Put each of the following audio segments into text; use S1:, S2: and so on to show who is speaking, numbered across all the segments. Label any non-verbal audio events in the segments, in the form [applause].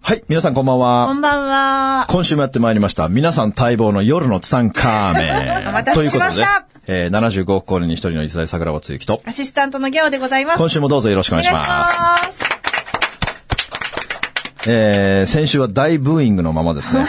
S1: はい、皆さんこんばん
S2: こ
S1: は。
S2: んばんは。
S1: 今週もやってまいりました。皆さん待望の夜のツタンカーメン。
S2: [laughs] お待た
S1: と
S2: せ
S1: いう
S2: し
S1: こと
S2: まし
S1: で
S2: た、
S1: えー、75億光年に一人の一大桜庭つゆきと、
S2: アシスタントのギャオでございます。
S1: 今週もどうぞよろしくお願いします。
S2: す。
S1: えー、先週は大ブーイングのままですね。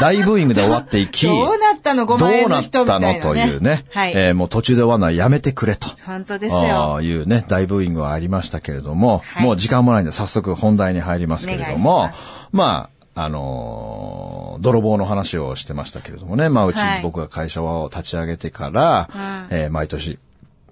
S1: 大ブーイングで終わっていき、
S2: [laughs] どうなったの
S1: どう
S2: ?5 万円
S1: なっ
S2: の人みた
S1: た
S2: いな、
S1: の
S2: ね。
S1: というね、
S2: はい。
S1: えーもう途中で終わるのはやめてくれと。
S2: 本当です
S1: あ
S2: よ。
S1: あいうね、大ブーイングはありましたけれども、
S2: はい
S1: もう時間もないんで早速本題に入りますけれど
S2: お
S1: も
S2: 願いしま、
S1: まあ、あのー泥棒の話をしてましたけれどもね、まあ、うち
S2: はい
S1: 僕が会社を立ち上げてから、えー毎年、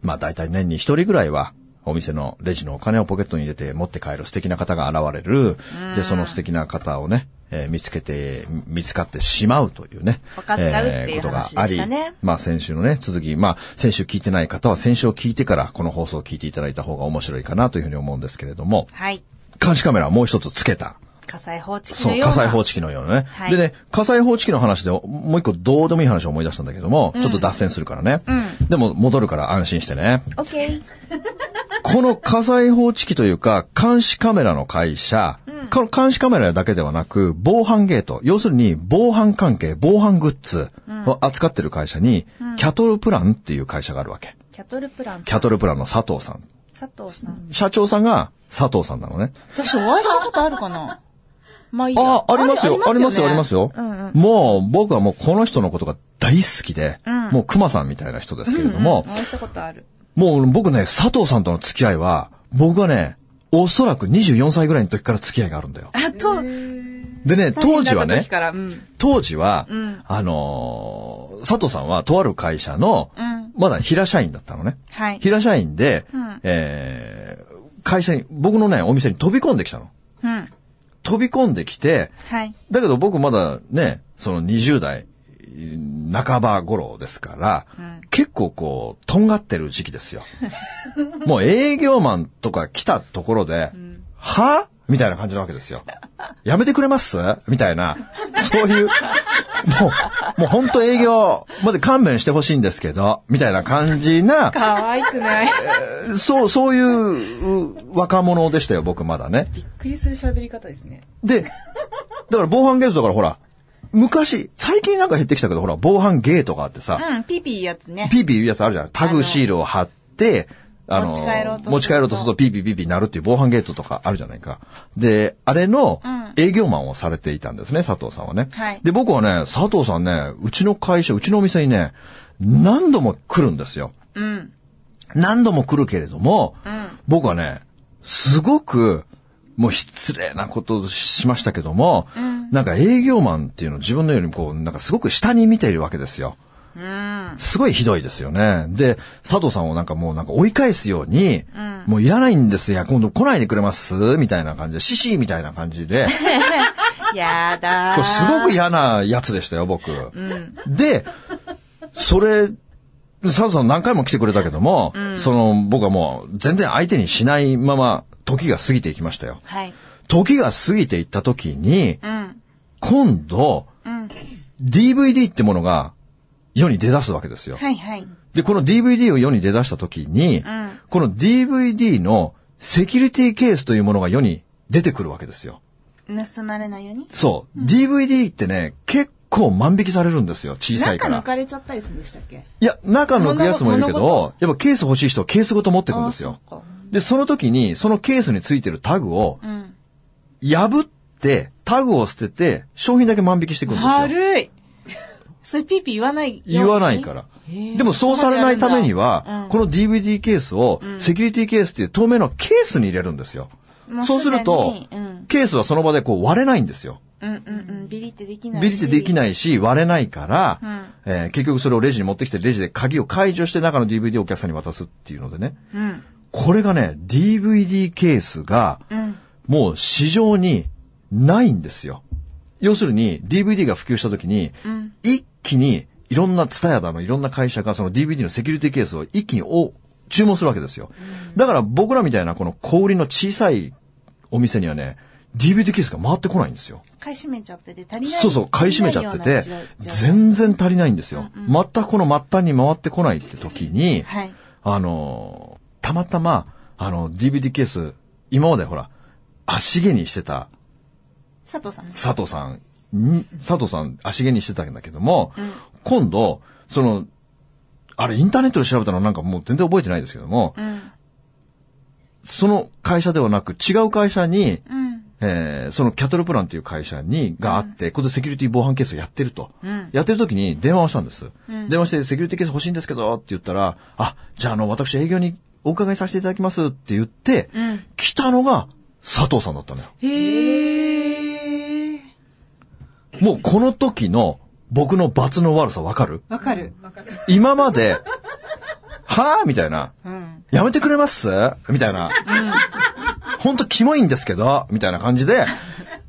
S1: まあ、大体年に一人ぐらいは、お店のレジのお金をポケットに入れて持って帰る素敵な方が現れる。で、その素敵な方をね、えー見つけて、見つかってしまうというね。
S2: 分かっちゃうっていう
S1: ことが
S2: 話
S1: あ
S2: で
S1: り
S2: したね
S1: まあ先週のね、続き、まあ先週聞いてない方は先週を聞いてからこの放送を聞いていただいた方が面白いかなというふうに思うんですけれども、
S2: はい。
S1: 監視カメラはもう一つつけた。
S2: 火災報知器
S1: そ
S2: の
S1: う、
S2: ような。
S1: 火災報知器のようなね。
S2: はい
S1: でね、火災報知器の話でももう一個どうでもいい話を思い出したんだけども、ちょっと脱線するからね。でも戻るから安心してね。
S2: オッケー。
S1: この火災報知器というか、監視カメラの会社、この監視カメラだけではなく、防犯ゲート、要するに防犯関係、防犯グッズを扱ってる会社に、キャトルプランっていう会社があるわけ。
S2: キャトルプラン
S1: キャ
S2: さん。
S1: トルプランの佐藤さん。
S2: 佐藤さん。
S1: 社長さんが佐藤さんなのね。
S2: 私お会いしたことあるかなまあいいや
S1: あ、ありますよ。ありますよ、あります
S2: よ
S1: よ。もう、僕はもうこの人のことが大好きで、もう熊さんみたいな人ですけれども
S2: ね。お、会いしたことある。
S1: もう僕ね、佐藤さんとの付き合いは、僕はね、おそらく24歳ぐらいの時から付き合いがあるんだよ。
S2: あと、
S1: でね、当時はね
S2: 大変だった時、からうん
S1: 当時は、
S2: ん
S1: あのー佐藤さんはとある会社の、
S2: うん
S1: まだ平社員だったのね。
S2: はい。
S1: 平社員で、
S2: ん
S1: えー会社に、僕のね、お店に飛び込んできたの。
S2: うん。
S1: 飛び込んできて、
S2: はい。
S1: だけど僕まだね、その20代半ば頃ですから、結構こう、とんがってる時期ですよ。もう営業マンとか来たところで、はみたいな感じなわけですよ。やめてくれますみたいな、そういう、もう、もう本当営業まで勘弁してほしいんですけど、みたいな感じ
S3: [laughs]
S1: な、
S2: 可愛くない
S1: そう、そういうう若者でしたよ、僕まだね。
S2: [laughs] びっくりする喋り方ですね。
S1: で、だから防犯ゲートだからほら、昔、最近なんか減ってきたけど、ほら、防犯ゲートがあってさ、
S2: うん、ピーピーやつね。
S1: ピーピーいうやつあるじゃん。タグシールを貼って、あの、
S2: 持ち帰ろうとすると
S1: 持ち帰ろうとするとピーピーピーピーなるっていう防犯ゲートとかあるじゃないか。で、あれの営業マンをされていたんですね、佐藤さんはね。
S2: はい
S1: で、僕はね、佐藤さんね、うちの会社、うちのお店にね、何度も来るんですよ。
S2: うん。
S1: 何度も来るけれども、僕はね、すごく、もう失礼なことをしましたけども、なんか営業マンっていうのを自分のよりもこう、なんかすごく下に見ているわけですよ。すごいひどいですよね。で、佐藤さんをなんかもうなんか追い返すように、もういらないんですよ。今度来ないでくれますみたいな感じで、シシーみたいな感じで、
S2: やだー。
S1: これすごく嫌なやつでしたよ、僕。で、それ、佐藤さん何回も来てくれたけども、その、僕はもう全然相手にしないまま時が過ぎていきましたよ。
S2: はい。
S1: 時が過ぎていった時に、
S2: うん。
S1: 今度、DVD ってものが世に出だすわけですよ。
S2: はいはい。
S1: で、この DVD を世に出だした時に、
S2: ん
S1: この DVD のセキュリティケースというものが世に出てくるわけですよ。
S2: 盗まれないように。
S1: そう。DVD ってね、結構万引きされるんですよ、小さいか
S2: 中
S1: ら
S2: 抜。かれちゃったりするんでしたっけ
S1: いや、中抜くやつもいるけ
S2: 物
S1: ど、やっぱケース欲しい人はケースごと持ってくんですよ
S2: あ。そっか
S1: で、その時に、そのケースについてるタグを
S2: ん、
S1: 破って、タグを捨てて、商品だけ万引きしていくんですよ。
S2: 悪い。それピーピー言わない。
S1: 言わないから。でもそうされないためには、この DVD ケースを、セキュリティケースっていう透明のケースに入れるんですよ
S2: も。う
S1: そうすると
S2: すでにうん、
S1: ケースはその場でこう割れないんですよ。
S2: うんうんうん。ビリってできない。
S1: ビリってでき
S2: い。
S1: ないし、割れないから、
S2: ん
S1: えー結局それをレジに持ってきて、レジで鍵を解除して中の DVD をお客さんに渡すっていうのでね。
S2: うん。
S1: これがね、DVD ケースが、
S2: うん。
S1: もう市場にないんですよ。要するに、DVD が普及した時に、一気にいろんなツタヤだの、いろんな会社がその DVD のセキュリティケースを一気にお注文するわけですよ。だから僕らみたいなこの小売りの小さいお店にはね、DVD ケースが回ってこないんですよ。
S2: 買い占めちゃってて、足りない。
S1: そうそう、買い占めちゃってて
S2: 足りないよう、な状況
S1: 全然足りないんですよ。全くこの末端に回ってこないって時に、
S2: はい。
S1: あの、たまたま、あの、DVD ケース、今までほら、足毛にしてた
S2: 佐藤さん。
S1: 佐藤さんに、佐藤さん足毛にしてたんだけども、今度、その、あれインターネットで調べたのなんかもう全然覚えてないですけども、
S2: うん。
S1: その会社ではなく違う会社に、
S2: うん。
S1: えーそのキャトルプランっていう会社に、があって、ここでセキュリティ防犯ケースをやってると。
S2: うん。
S1: やってる時に電話をしたんです。
S2: うん
S1: 電話してセキュリティケース欲しいんですけどって言ったら、あ、じゃああの、私営業にお伺いさせていただきますって言って、
S2: うん。
S1: 来たのが佐藤さんだったのよ。
S2: へえ。
S1: もうこの時の僕の罰の悪さわかる
S2: わかる。わかる。
S1: 今まで、はぁみたいな。
S2: うん。
S1: やめてくれますみたいな。ほんとキモいんですけど、みたいな感じで、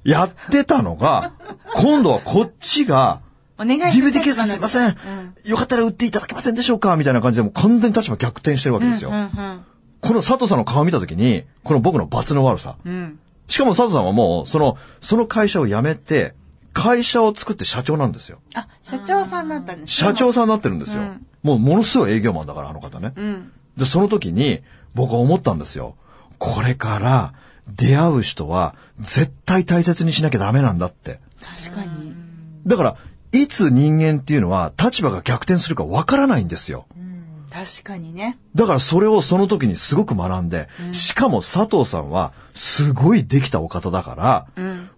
S1: やってたのが、今度はこっちが、
S2: お願い
S1: DVD ケースすいません。よかったら売っていただけませんでしょうかみたいな感じで、もう完全に立場逆転してるわけですよ。
S2: うん。うん。
S1: この佐藤さんの顔見たときに、この僕の罰の悪さ。
S2: うん。
S1: しかも佐藤さんはもう、その、その会社を辞めて、会社を作って社長なんですよ。
S2: あ、社長さんだったんですね
S1: 社長さんになってるんですよ。
S2: うん
S1: もうものすごい営業マンだから、あの方ね。
S2: うん。
S1: で、その時に僕は思ったんですよ。これから出会う人は絶対大切にしなきゃダメなんだって。
S2: 確かに。
S1: だから、いつ人間っていうのは立場が逆転するかわからないんですよ。
S2: 確かにね。
S1: だからそれをその時にすごく学んで、しかも佐藤さんはすごいできたお方だから、
S2: うん。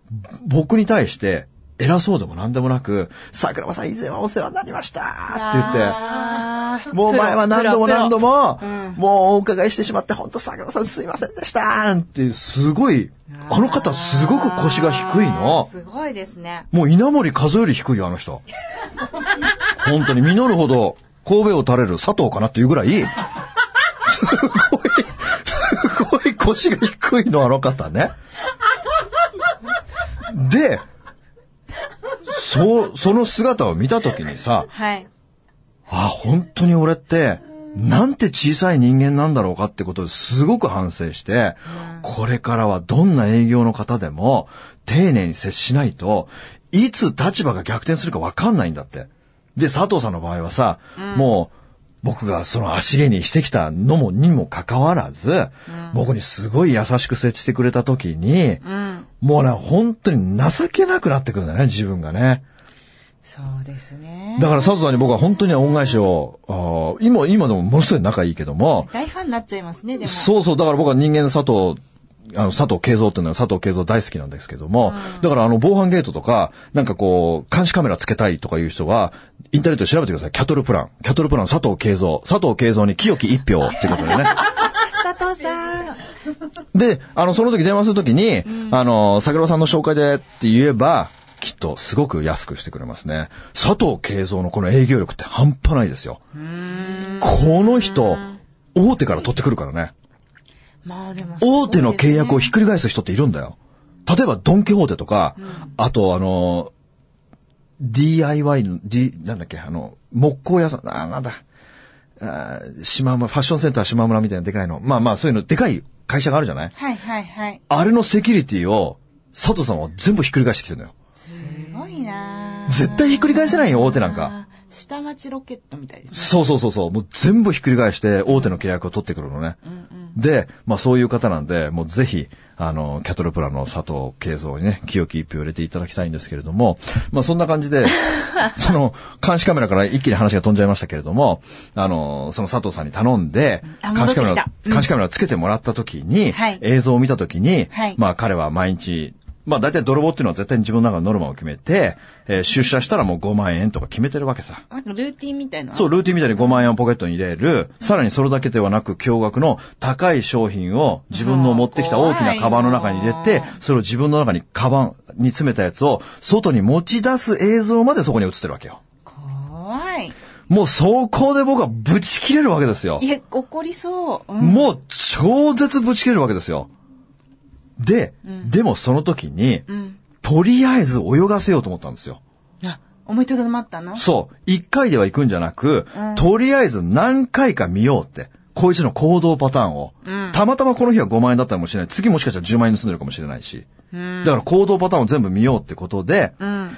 S1: 僕に対して偉そうでも何でもなく、桜庭さん以前はお世話になりましたって言って、
S2: あー
S1: もう前は何度も何度。
S2: プロ
S1: も
S2: プロうん、
S1: もうお伺いしてしまって、本当桜さんすいませんでしたーんっていう、すごい、あの方すごく腰が低い
S2: あー
S1: の。
S2: すごいですね。
S1: もう稲森和夫より低いよ、あの人。本当に実るほど、神戸を垂れる佐藤かなっていうぐらい、すごい、すごい腰が低いの、あの方ね。で、そ、その姿を見たときにさ、
S2: はい。
S1: あ、本当に俺って、なんて小さい人間なんだろうかってことですごく反省して、これからはどんな営業の方でも丁寧に接しないといつ立場が逆転するかわかんないんだって。で、佐藤さんの場合はさ、もう僕がその足毛にしてきたのもにもかかわらず、僕にすごい優しく接してくれた時に、
S2: うん。
S1: もうね、本当に情けなくなってくるんだよね、自分がね。
S2: そうですね。
S1: だから佐藤さんに僕は本当に恩返しを、あー今、今でもものすごい仲いいけども、
S2: 大ファンになっちゃいますね、でも。
S1: そうそう、だから僕は人間佐藤、あの、佐藤慶三っていうのは佐藤慶三大好きなんですけども、だからあの、防犯ゲートとか、なんかこう、監視カメラつけたいとかいう人は、インターネットで調べてください。キャトルプラン。キャトルプラン佐藤慶三。佐藤慶三に清き一票っていうことでね。
S2: 佐藤さん。
S1: で、あの、その時電話するときに、あの、桜庭さんの紹介でって言えば、きっとすごく安くしてくれますね。佐藤慶三のこの営業力って半端ないですよ。この人、大手から取ってくるからね。
S2: まあでも、
S1: 大手の契約をひっくり返す人っているんだよ。例えば、ドン・キホーテとか、あと、あの、DIY の、D、なんだっけ、あの、木工屋さん、あ、なんだ、あ島村、ファッションセンター島村みたいなでかいの。まあまあ、そういうの、でかい会社があるじゃない
S2: はいはいはい。
S1: あれのセキュリティを、佐藤さんは全部ひっくり返してきてるのよ。
S2: すごいなぁ
S1: 絶対ひっくり返せないよ、大手なんか。。
S2: あー下町ロケットみたいですね。
S1: そうそうそうそう。もう全部ひっくり返して、大手の契約を取ってくるのね。で、まあそういう方なんで、もうぜひ、あの、キャトルプラの佐藤慶三にね、清き一票入れていただきたいんですけれども、まあそんな感じ
S2: [laughs]
S1: で、その、監視カメラから一気に話が飛んじゃいましたけれども、あの、その佐藤さんに頼んで、
S2: あ
S1: 監視カメ
S2: 戻っ
S1: ラ
S2: てき、たうん
S1: 監視カメラをつけてもらった時に、
S2: はい
S1: 映像を見た時に、
S2: はい
S1: まあ彼は毎日、まあ大体泥棒っていうのは絶対に自分の中のノルマを決めて、えー出社したらもう5万円とか決めてるわけさ。
S2: なんかルーティンみたいな。
S1: そう、ルーティンみたいに5万円をポケットに入れる。さらにそれだけではなく、驚額の高い商品を自分の持ってきた大きなカバンの中に入れて
S2: 怖いな、
S1: それを自分の中にカバンに詰めたやつを外に持ち出す映像までそこに映ってるわけよ。
S2: 怖い。
S1: もうそこで僕はブチ切れるわけですよ
S2: い。や、怒りそう。うん
S1: もう超絶ブチ切れるわけですよ。で、でもその時に、
S2: うん。
S1: とりあえず泳がせようと思ったんですよ。
S2: あ、思いとどまったの
S1: そう。一回では行くんじゃなく、
S2: うん
S1: とりあえず何回か見ようって。こいつの行動パターンを。
S2: うん
S1: たまたまこの日は5万円だったかもしれない。次もしかしたら10万円盗んでるかもしれないし。
S2: うん
S1: だから行動パターンを全部見ようってことで、
S2: うん。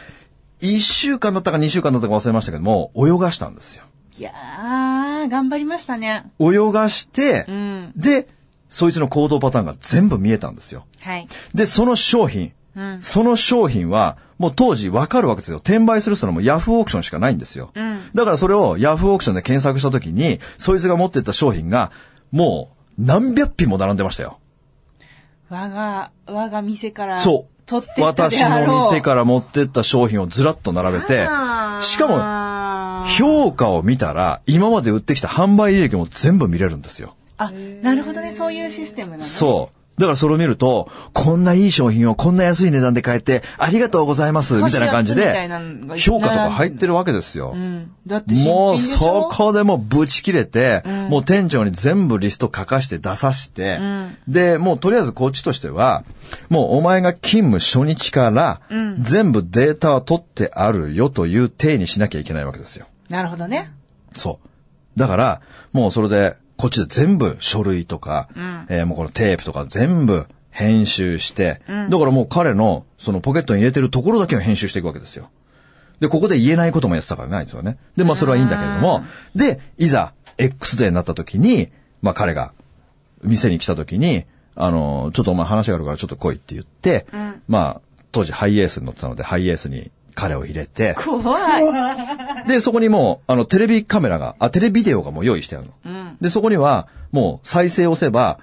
S1: 1週間だったか2週間だったか忘れましたけども、泳がしたんですよ。
S2: いやー、頑張りましたね。
S1: 泳がして
S2: う、ん。
S1: で、そいつの行動パターンが全部見えたんですよ。
S2: はい。
S1: で、その商品、
S2: うん。
S1: その商品は、もう当時わかるわけですよ。転売するってのもヤフーオークションしかないんですよ。
S2: うん
S1: だからそれをヤフーオークションで検索した時に、そいつが持ってった商品が、もう何百品も並んでましたよ。
S2: 我が、我が店から。
S1: そう。
S2: 取ってったで
S1: 私
S2: あろう
S1: の店から持ってった商品をずらっと並べて、しかも、
S2: も
S1: 評価を見たら、今まで売ってきた販売履歴も全部見れるんですよ。
S2: あ、なるほどね。そういうシステムなの、ね。
S1: そう。だからそれを見ると、こんないい商品をこんな安い値段で買えて、ありがとうございます、みたいな感じ
S2: 星四つみたい
S1: で
S2: なのが、
S1: 評価とか入ってるわけですよ
S2: う。。ん。だって新品
S1: もう
S2: でしょ
S1: そこでもうぶち切れて、
S2: うん
S1: もう店長に全部リスト書かして出さして、
S2: うん
S1: で、もうとりあえずこっちとしては、もうお前が勤務初日から、
S2: うん
S1: 全部データは取ってあるよという体にしなきゃいけないわけですよ。
S2: なるほどね。
S1: そう。だから、もうそれで、こっちで全部書類とか、
S2: うん
S1: えーもうこのテープとか全部編集して、
S2: うん
S1: だからもう彼のそのポケットに入れてるところだけを編集していくわけですよ。で、ここで言えないこともやってたからないんですよね。で、まあそれはいいんだけれども、で、いざ X デーになった時に、まあ彼が店に来た時に、あの、ちょっとお前話があるからちょっと来いって言って、
S2: うん
S1: まあ当時ハイエースに乗ってたのでハイエースに彼を入れて、
S2: 怖い。
S1: で、そこにもう、あの、テレビカメラが、あ、テレビデオがもう用意してあるの。
S2: うん。
S1: で、そこには、もう再生を押せば、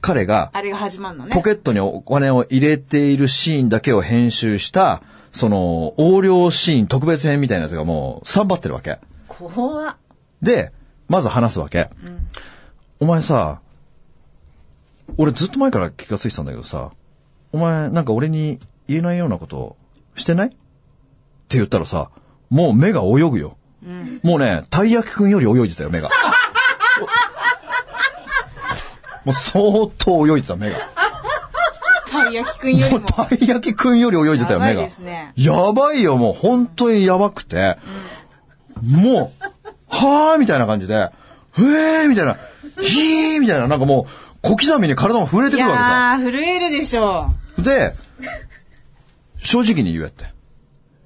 S1: 彼が、
S2: あれが始まるのね。
S1: ポケットにお金を入れているシーンだけを編集した、その、横領シーン特別編みたいなやつがもう、散ばってるわけ。
S2: 怖っ。
S1: で、まず話すわけ。お前さ、俺ずっと前から気がついてたんだけどさ、お前なんか俺に言えないようなことしてないって言ったらさ、もう目が泳ぐよ。
S2: うん。
S1: もうね、たい焼きくんより泳いでたよ、目
S2: [laughs]
S1: が。もう相当泳いでた、目が。
S2: たい焼きくんより
S1: も
S2: も
S1: う。たい焼きくんより泳いでたよ、
S2: やば
S1: 目
S2: い
S1: が
S2: です。ね
S1: やばいよ、もう本当にやばくて。もう、はーみたいな感じで、へえーみたいな、ひーみたいな、なんかもう、小刻みに体が震えて
S2: い
S1: くるわけさ。
S2: やー、震えるでしょ
S1: で、正直に言えって。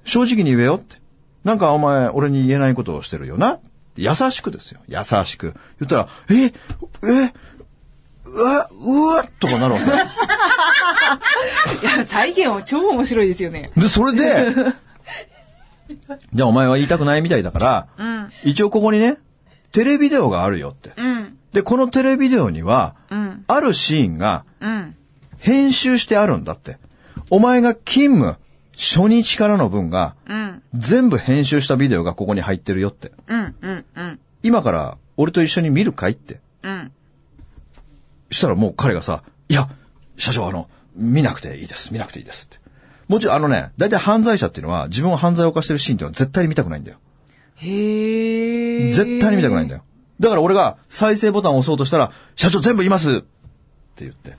S1: 正直に言えよって。なんかお前、俺に言えないことをしてるよな。優しくですよ。優しく。言ったら、ええうわ、うわとかなるわけ。
S2: う。いや、再現は超面白いですよね。
S1: で、それで、 [laughs] じゃあお前は言いたくないみたいだから、
S2: うん。
S1: 一応ここにね、テレビデオがあるよって。
S2: うん。
S1: で、このテレビデオには、
S2: うん。
S1: あるシーンが
S2: うん。
S1: 編集してあるんだって。お前が勤務、初日からの分が、
S2: うん。
S1: 全部編集したビデオがここに入ってるよって。
S2: うん。うん。うん。
S1: 今から俺と一緒に見るかいって。
S2: うん。
S1: したらもう彼がさ、いや、社長あの、見なくていいです。見なくていいですって。もちろんあのね、大体犯罪者っていうのは自分を犯罪を犯してるシーンっていうのは絶対に見たくないんだよ。
S2: へえ。
S1: 絶対に見たくないんだ
S2: よ。
S1: よ。だから俺が再生ボタンを押そうとしたら、社長全部言いますって言って。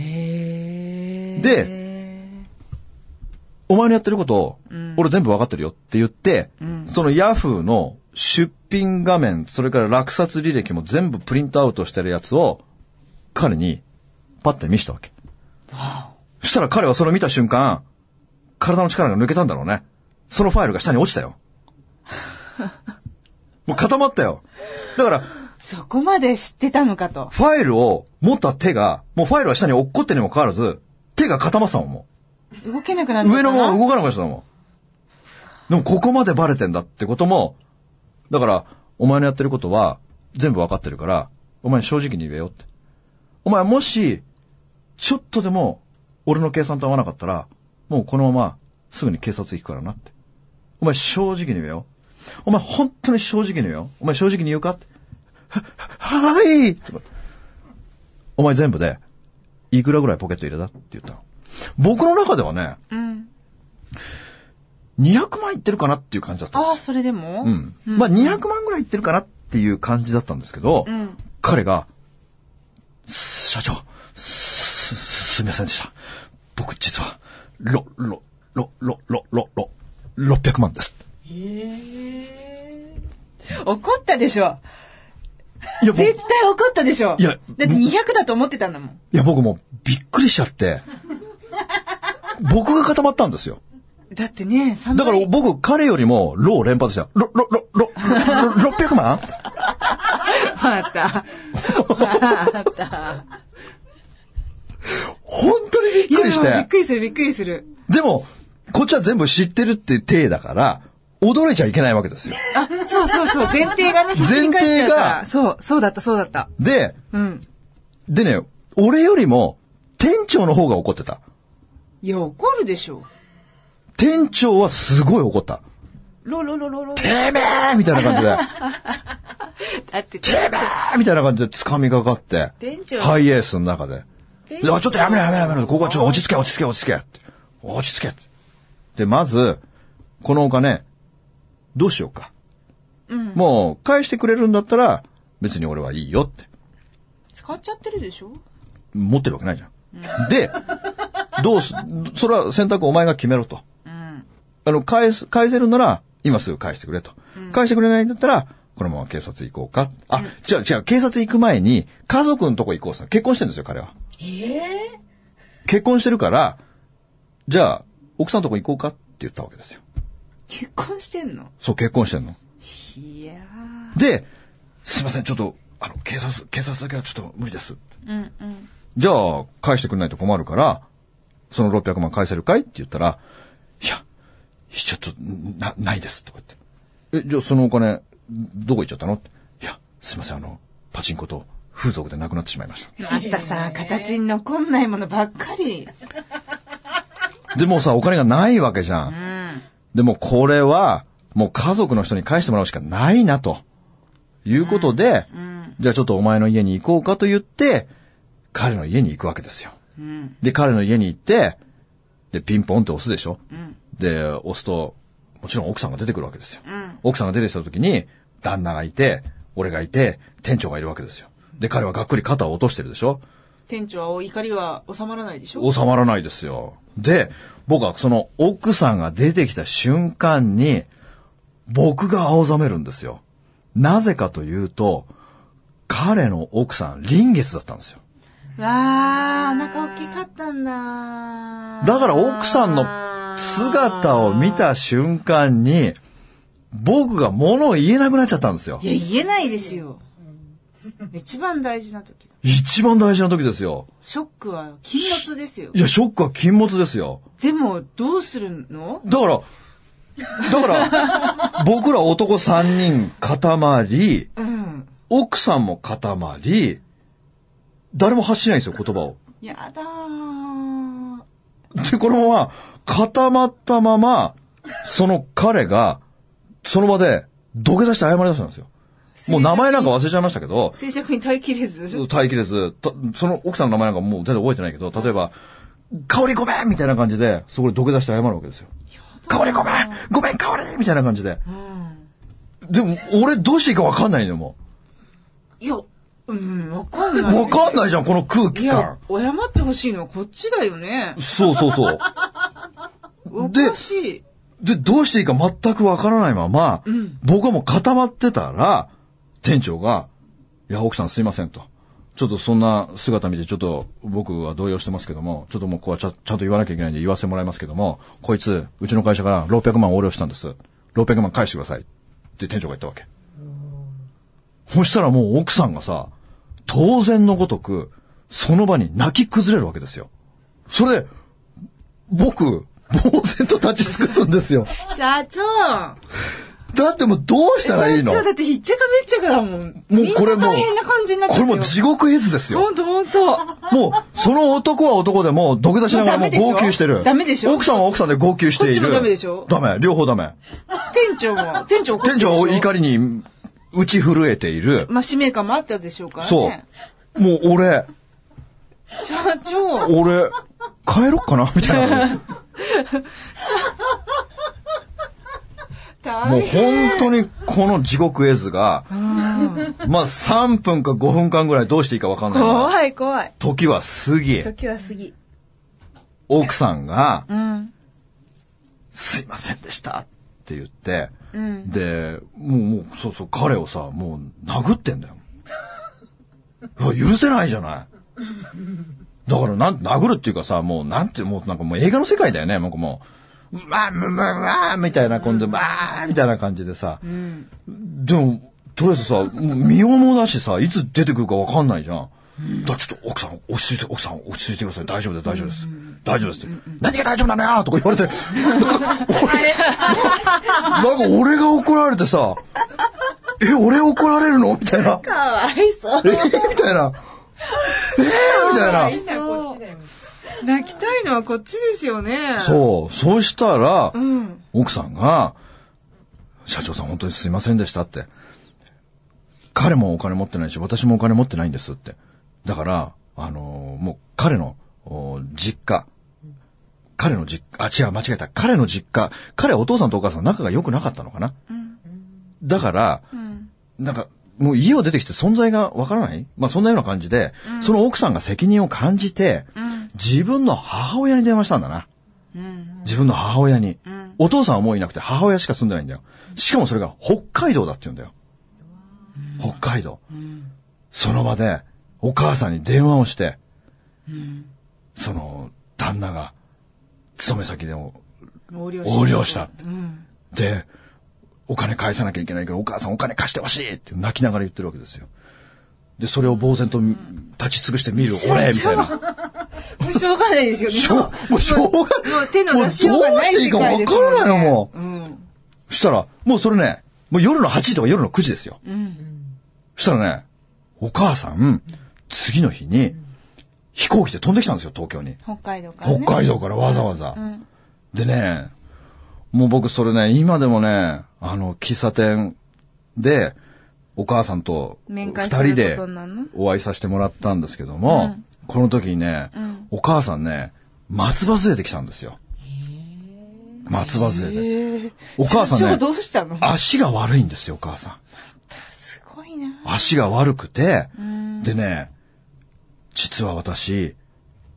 S2: へえ。
S1: で、お前のやってることを、俺全部わかってるよって言って、そのヤフーの出品画面、それから落札履歴も全部プリントアウトしてるやつを、彼に、パッて見せたわけ。そしたら彼はそれを見た瞬間、体の力が抜けたんだろうね。そのファイルが下に落ちたよ。もう固まったよ。だから、
S2: そこまで知ってたのかと。
S1: ファイルを持った手が、もうファイルは下に落っこってにもかかわらず、手が固まってたもん、もう。
S2: 動けなくなっちゃっ
S1: 上
S2: た
S1: の
S2: な。
S1: もん動かなくなっちゃったもん。でもここまでバレてんだってことも、だから、お前のやってることは全部わかってるから、お前に正直に言えよって。お前もし、ちょっとでも俺の計算と合わなかったら、もうこのまますぐに警察行くからなって。お前正直に言えよ。お前本当に正直に言えよ。お前正直に言うかって。は、ははいとかお前全部で、いくらぐらいポケット入れたって言ったの。僕の中ではね、
S2: うん。
S1: 200万いってるかなっていう感じだったん
S2: あ
S1: で
S2: あ、
S1: す
S2: それでも
S1: よ。うん。まあ200万ぐらいいってるかなっていう感じだったんですけど、
S2: うん。
S1: 彼が、社長、す、すすみませんでした。僕実は、ろ、ろ、ろ、ろ、ろ、ろ、ろ、 600万です。
S2: えー怒ったでしょ。
S1: いや、僕、
S2: 絶
S1: い
S2: 対怒ったでしょ。
S1: いや
S2: だって200だと思ってたんだもん。
S1: や、僕もうびっくりしちゃって、僕が固まったんですよ。
S2: だってね、3
S1: だから
S2: 倍。
S1: 僕、彼よりも、ローを連発した。ロ、ロ、ロ、ロ、ロ、600万
S2: また。また。
S1: 本当にびっ
S2: いや
S1: くりし。
S2: びってくりする、びっくりする。
S1: でも、こっちは全部知ってるっていう体だから、驚いちゃいけないわけですよ。
S2: あ、そうそうそう、前提がね、ひっくり返っちゃうから
S1: 前提が
S2: そう、そうだった、そうだった。
S1: で、
S2: うん。
S1: でね、俺よりも、店長の方が怒ってた。
S2: いや、怒るでしょ。
S1: 店長はすごい怒った。
S2: ロロロロロ。
S1: てめえみたいな感じで、
S2: だって、
S1: てめえみたいな感じで掴みかかって
S2: 店、長
S1: ハイエースの中で。
S2: 店
S1: いやちょっとやめろやめろやめろ。ここはちょっと落ち着け落ち着け落ち着け。落ち着け。で、まず、このお金、どうしようか。
S2: うん。
S1: もう、返してくれるんだったら、別に俺はいいよって。
S2: 使っちゃってるでしょ
S1: 持ってるわけないじゃん。で、どうす、それは選択お前が決めろと。
S2: うん。
S1: あの、返す、返せるなら、今すぐ返してくれと。返してくれないんだったら、このまま警察行こうか。あ、違う違う、警察行く前に、家族のとこ行こうさ。結婚してるんですよ、彼は。
S2: ええ
S1: 結婚してるから、じゃあ、奥さんのとこ行こうかって言ったわけですよ。
S2: 結婚してんの
S1: そう、結婚してんの。
S2: いや
S1: で、すいません、ちょっと、あの、警察、警察だけはちょっと無理です。
S2: ー。うんうん。
S1: じゃあ、返してくれないと困るから、その600万返せるかいって言ったら、いや、ちょっと、な、ないです、とか言って。え、じゃあそのお金、どこ行っちゃったのって。いや、すいません、あの、パチンコと風俗でなくなってしまいまし
S2: あんたさ、形に残んないものばっかり。
S1: た。でもさ、お金がないわけじゃ。
S2: うんん。
S1: でもこれは、もう家族の人に返してもらうしかないな、ということで、
S2: うん。
S1: じゃあちょっとお前の家に行こうかと言って、彼の家に行くわけですよ。
S2: うん。
S1: で、彼の家に行って、で、ピンポンって押すでしょ
S2: うん。
S1: で、押すと、もちろん奥さんが出てくるわけですよ。
S2: うん。
S1: 奥さんが出てきた時に、旦那がいて、俺がいて、店長がいるわけですよ。で、彼はがっくり肩を落としてるでしょ
S2: 店長は怒りは収まらないでしょ
S1: 収まらないですよ。で、僕はその奥さんが出てきた瞬間に、僕が青ざめるんですよ。なぜかというと、彼の奥さん、臨月だったんですよ。
S2: わあ、お腹大きかったんだ。
S1: だから奥さんの姿を見た瞬間に、僕が物を言えなくなっちゃったんですよ
S2: い。や、言えないですよ。一番大事な時だ。
S1: 一番大事な時ですよ。
S2: ショックは禁物ですよ
S1: い。や、ショックは禁物ですよ。
S2: でも、どうするの
S1: だから、だから、僕ら男3人固まり、
S2: うん。
S1: 奥さんも固まり、誰も発しないんですよ、言葉を。
S2: やだー。
S1: で、このまま固まったまま、その彼が、その場で土下座して謝り出したんですよ。もう名前なんか忘れちゃいましたけど、
S2: 静寂に耐えきれず。
S1: 待機です。たその奥さんの名前なんかもう全然覚えてないけど、例えば、香りごめんみたいな感じで、そこで土下座して謝るわけですよ。香りごめんごめん香りみたいな感じで。
S2: うん。
S1: でも、俺どうしていいかわかんないのよも
S2: いや、うん、わかん
S1: う。
S2: ない。
S1: わかんないじゃん、この空
S2: い
S1: 気
S2: や
S1: 感、。
S2: 謝ってほしいのはこっちだよね。
S1: そうそうそう。
S2: おかしい。
S1: で、どうしていいか全くわからないまま、
S2: うん
S1: 僕はもう固まってたら、店長が、いや、奥さんすいませんと。ちょっとそんな姿見て、ちょっと僕は動揺してますけども、ちょっともうここはちゃちゃんと言わなきゃいけないんで言わせてもらいますけども、こいつ、うちの会社から600万横領したんです。600万返してください。って店長が言ったわけ。そしたらもう奥さんがさ、当然のごとく、その場に泣き崩れるわけですよ。それで、僕、呆然と立ち尽くすんですよ。
S2: 社長
S1: だってもうどうしたらいいの
S2: 社長だってひっちゃかめっちゃかだもん。
S1: もうこれ
S2: みんな
S1: もう
S2: 大変な感じになっちゃ
S1: こ
S2: って
S1: れ
S2: るよ。
S1: もう地獄絵図ですよ。
S2: ほんとほんと。
S1: もう、その男は男でもう土下座しながらもう
S2: もうダメでしょ
S1: 号泣してる。
S2: ダメでしょ
S1: 奥さんは奥さんで号泣している。
S2: こっちもダメでしょ
S1: ダメ、両方ダメ。
S2: 店長も、店長怒って
S1: 店
S2: るでし
S1: 長
S2: ょ
S1: を怒りに打ち震えている。
S2: まあ、使命感もあったでしょうから
S1: そ
S2: ね。
S1: う。もう俺、
S2: そう。社長、
S1: 俺、帰ろっかなみたい
S2: [laughs]
S1: な。も
S2: 大
S1: う
S2: 変。
S1: 本当にこの地獄絵図が、まあ3分か5分間ぐらいどうしていいかわかんないな。
S2: 怖い怖い。
S1: 時は過ぎ、
S2: 時は過ぎ。
S1: 奥さんが、
S2: うん。
S1: すいませんでしたって言って、
S2: うん
S1: で、もう、もう、そうそう、彼をさ、もう殴ってんだよ。 [laughs] うわ許せないじゃない。だから、なん、殴るっていうかさ、もう、なんて、もう、なんかもう映画の世界だよね、なんかもう、うわー、うわーうわー、みたいな、今度、わー、みたいな感じでさ、
S2: うん。
S1: でも、とりあえずさ、もう身重だしさ、いつ出てくるかわかんないじゃん。だちょっと奥さん、落ち着いて、奥さん、落ち着いてください。大丈夫です、大丈夫です。大丈夫ですって。何が大丈夫なのよとか言われて、なんか俺が怒られ
S3: [laughs]
S1: てさ、え、俺怒られるのみたいな。
S3: かわいそう
S1: え。みたいな。えー、みたい
S2: そう泣きたいのはこっちですよね
S1: な。。そう。そうしたら、
S2: うん。
S1: 奥さんが、社長さん本当にすいませんでしたって。彼もお金持ってないし、私もお金持ってないんですって。だから、あのーもう彼のお実家、彼の実家、あ、違う、間違えた。彼の実家、彼お父さんとお母さん仲が良くなかったのかな、だから、
S2: うん。
S1: なんか、もう家を出てきて存在がわからないまあそんなような感じで、その奥さんが責任を感じて、
S2: うん。
S1: 自分の母親に電話したんだな。
S2: うん。
S1: 自分の母親に。
S2: うん。
S1: お父さんはもういなくて母親しか住んでないんだよ。しかもそれが北海道だって言うんだよ。北海道。
S2: うん。
S1: その場でお母さんに電話をして、
S2: うん。
S1: その旦那が勤め先でも、
S2: 横領
S1: 横領した
S2: うん。
S1: で、お金返さなきゃいけないからお母さんお金貸してほしいって泣きながら言ってるわけですよ。で、それを呆然と立ち尽くして見る俺みたいな。
S2: もうしょうがないですよね。
S1: しょうもうしょうがない
S2: もう手の出しようがない世界ですよね。
S1: もうどうしていいかわからないよも
S2: う。うん。
S1: そしたら、もうそれね、もう夜の8時とか夜の9時ですよ。
S2: うん。
S1: そしたらね、お母さん、次の日に、飛行機で飛んできたんですよ、東京に。
S2: 北海道から、
S1: 北
S2: ね。
S1: 海道からわざわざ。
S2: うん。
S1: でね、もう僕それね、今でもね、あの、喫茶店で、お母さんと
S2: 面
S1: 二
S2: 会
S1: 人
S2: する
S1: で
S2: ことになるの
S1: お会いさせてもらったんですけども、この時にね、
S2: うん
S1: お母さんね、松葉杖で来たんですよ。松葉杖で。
S2: ええ。
S1: お母さんね
S2: 社長どうしたの
S1: 足が悪いんですよ、お母さん。
S2: すごいな。
S1: 足が悪くて、
S2: うん。
S1: でね、実は私、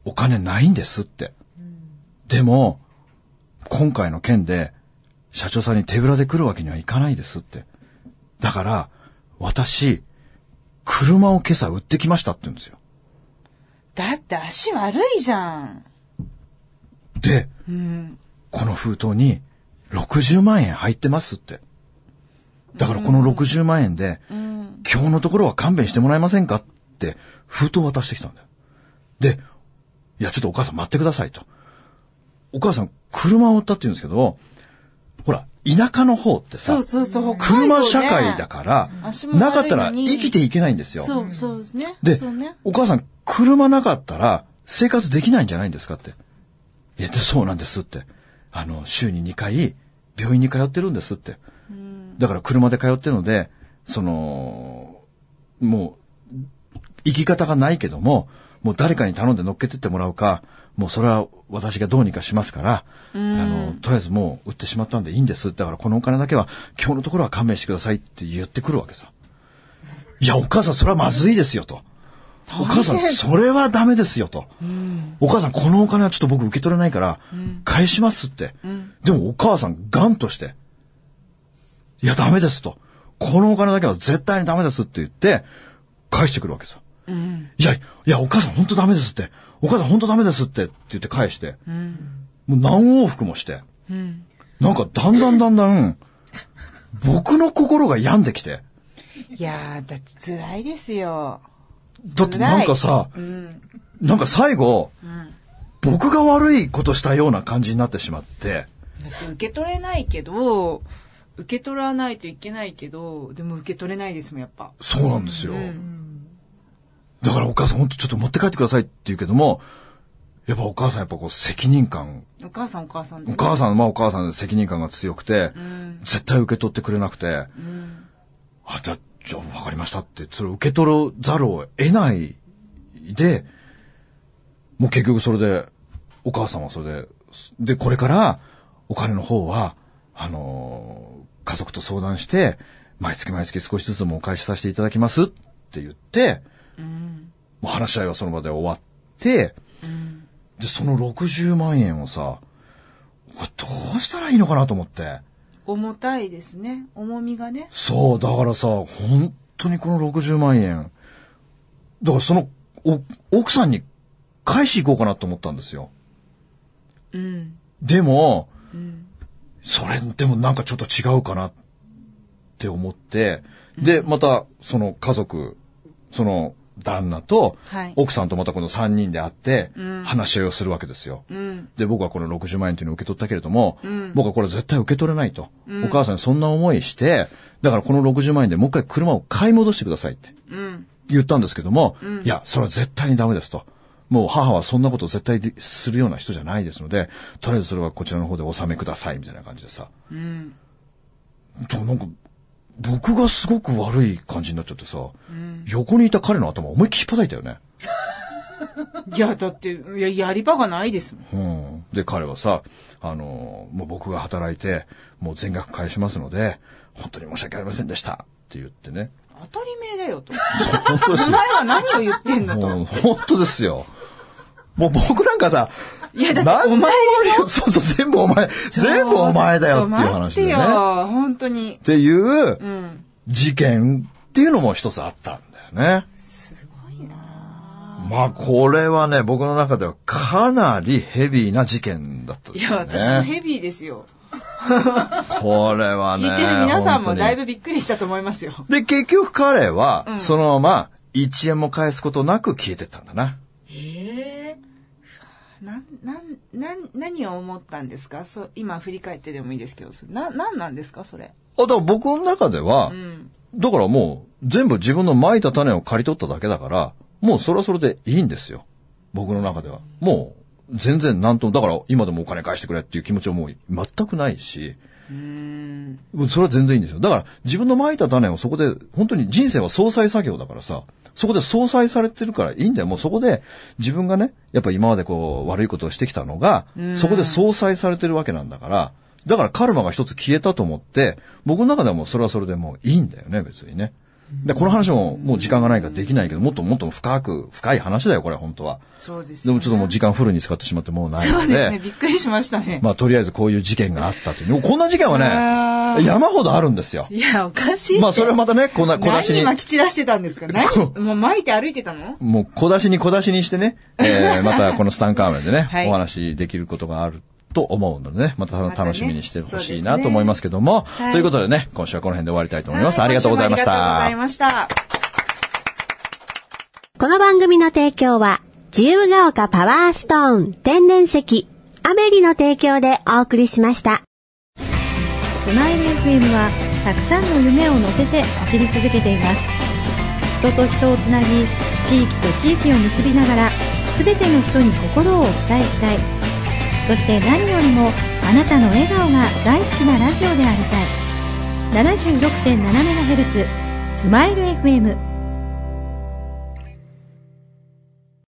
S1: お金ないんですって。でも、今回の件で、社長さんに手ぶらで来るわけにはいかないですって。だから、私、車を今朝売ってきましたって言うんですよ。
S2: だって足悪いじゃん。
S1: で、
S2: うん。
S1: この封筒に60万円入ってますって。だからこの60万円で、
S2: うん。
S1: 今日のところは勘弁してもらえませんかって、封筒を渡してきたんだよ。で、いや、ちょっとお母さん待ってくださいと。お母さん、車を売ったって言うんですけど、ほら、田舎の方って
S2: そ
S1: さ
S2: う、そうそう。北海道
S1: 車
S2: ね
S1: 社会だから、
S2: 足も悪いの
S1: な
S2: に
S1: かったら生きていけないんですよ。
S2: そうそうですね。
S1: で、
S2: そうね。
S1: お母さん、車なかったら生活できないんじゃないんですかって。いや、でそうなんですって。あの、週に2回、病院に通ってるんですって。だから車で通ってるので、その、もう、生き方がないけども、もう誰かに頼んで乗っけてってもらうか、もうそれは私がどうにかしますから、あの、とりあえずもう売ってしまったんでいいんです。だからこのお金だけは今日のところは勘弁してくださいって言ってくるわけさ。いや、お母さんそれはまずいですよと。お母さん、それはダメですよと。お母さん、このお金はちょっと僕受け取れないから、返しますって。でもお母さん、ガンとして、いや、ダメですと。このお金だけは絶対にダメですって言って、返してくるわけさ。
S2: うん。
S1: いや、いや、お母さん本当ダメですって。お母さん本当ダメですってって言って返して、もう何往復もして、
S2: うん。
S1: なんかだんだんだんだん、僕の心が病んできて、
S2: いやー、だって辛いですよ。
S1: だってなんかさ、
S2: うん。
S1: なんか最後、
S2: ん
S1: 僕が悪いことしたような感じになってしまって、
S2: だって受け取れないけど、受け取らないといけないけど、でも受け取れないですもん、やっぱ。
S1: そうなんですよ。
S2: うん。
S1: だからお母さん本当ちょっと持って帰ってくださいって言うけども、やっぱお母さんやっぱこう責任感、
S2: お母さんお母さんで
S1: お母さん、まあお母さんで責任感が強くて、
S2: うん。
S1: 絶対受け取ってくれなくて、
S2: うん。
S1: あ、じゃあ、じゃあわかりましたって、それを受け取るざるを得ないで、もう結局それで、お母さんはそれで、で、これから、お金の方は、あのー家族と相談して、毎月毎月少しずつもうお返しさせていただきますって言って、
S2: うん。
S1: もう話し合いはその場で終わって、で、その60万円をさ、これどうしたらいいのかなと思って。
S2: 重たいですね。重みがね。
S1: そう、だからさ、本当にこの60万円。だからその、お奥さんに返し行こうかなと思ったんですよ。
S2: うん。
S1: でも、
S2: うん。
S1: それでもなんかちょっと違うかなって思って、で、また、その家族、その旦那と
S2: はい、
S1: 奥さんとまたこの3人で会って
S2: うん、
S1: 話し合いをするわけですよ。
S2: うん。
S1: で、僕はこの60万円というのを受け取ったけれども、
S2: うん
S1: 僕はこれ絶対受け取れないと。
S2: うん
S1: お母さんにそんな思いして、だからこの60万円でもう一回車を買い戻してくださいって
S2: うん。
S1: 言ったんですけども、
S2: うん
S1: いや、それは絶対にダメですと。もう母はそんなこと絶対するような人じゃないですので、とりあえずそれはこちらの方でお納めくださいみたいな感じでさ。
S2: うん。
S1: でもなんか、僕がすごく悪い感じになっちゃってさ、
S2: うん。
S1: 横にいた彼の頭思いっきり引っ叩いたよね。
S2: いや、だって、いや、やり場がないですもん。
S1: うん、で、彼はさ、あのもう僕が働いて、もう全額返しますので、本当に申し訳ありませんでしたって言ってね。
S2: 当たり前だよと。
S1: そう本当ですよ。
S2: お前は何を言ってんだと。
S1: もう本当ですよ。もう僕なんかさ、
S2: いや、だっ
S1: 何
S2: て
S1: に
S2: お
S1: も
S2: 前でしょ。
S1: そうそう、全部お前、全部お前だよっていう話で
S2: ち
S1: ね。
S2: ょっと
S1: っ
S2: 待ってよ、本当に。
S1: ていう
S2: うん。
S1: 事件っていうのも一つあったんだよね。
S2: すごいな
S1: まあこれはね、僕の中ではかなりヘビーな事件だったん
S2: ぁい
S1: です
S2: や、
S1: よね。
S2: 私もヘビーですよ。
S1: これはね。
S2: 聞いてる皆さんもだい
S1: ぶ
S2: ぶびっくりしたと思いますよ。
S1: で、結局彼は、
S2: うん
S1: そのまま、1円も返すことなく消えてったんだな。
S2: ええなん、なん、なん、何を思ったんですかそう、今振り返ってでもいいですけど、そな、なんなんですかそれ。
S1: あ、だから僕の中では、
S2: うん。
S1: だからもう、全部自分の蒔いた種を刈り取っただけだから、もうそれはそれでいいんですよ。僕の中では。もう、全然なんとも、だから今でもお金返してくれっていう気持ちはもう全くないし、
S2: うん。
S1: それは全然いいんですよ。だから自分の蒔いた種をそこで、本当に人生は総裁作業だからさ、そこで総裁されてるからいいんだよ。もうそこで自分がね、やっぱ今までこう悪いことをしてきたのが
S2: う、ん
S1: そこで総裁されてるわけなんだから、だからカルマが一つ消えたと思って、僕の中ではもうそれはそれでもういいんだよね、別にね。で、この話ももう時間がないからできないけど、もっともっと深く、深い話だよ、これ本当は。
S2: そうです
S1: で
S2: よね
S1: もちょっともう時間フルに使ってしまってもうないの
S2: そ
S1: で。
S2: うですね。びっくりしましたね。
S1: まあ、とりあえずこういう事件があったという。こんな事件は
S2: あ
S1: ね、山ほどあるんですよ。
S2: いや、おかしいって。
S1: まあ、それはまたね、こな、小出し
S2: 何
S1: に。
S2: 撒き散らしてたんですか何
S1: こ
S2: もう撒いて歩いてたの
S1: もう小出しに小出しにしてね、えー、
S2: [laughs]
S1: またこのスタンカーメンでね、
S2: はい
S1: お話できることがあると思うのでね、また
S2: またね
S1: 楽しみにしてほしい
S2: そう
S1: な
S2: ですね
S1: と思いますけども、
S2: はい
S1: ということでね、今週はこの辺で終わりたいと思います。
S2: は
S1: ありがとうございました。
S2: 今週もありがとうございました。
S4: [laughs] この番組の提供は、自由が丘パワーストーン天然石、アメリの提供でお送りしました。
S5: スマイル FM はたくさんの夢を乗せて走り続けています人と人をつなぎ地域と地域を結びながら全ての人に心をお伝えしたいそして何よりもあなたの笑顔が大好きなラジオでありたい 76.7MHz スマイル FM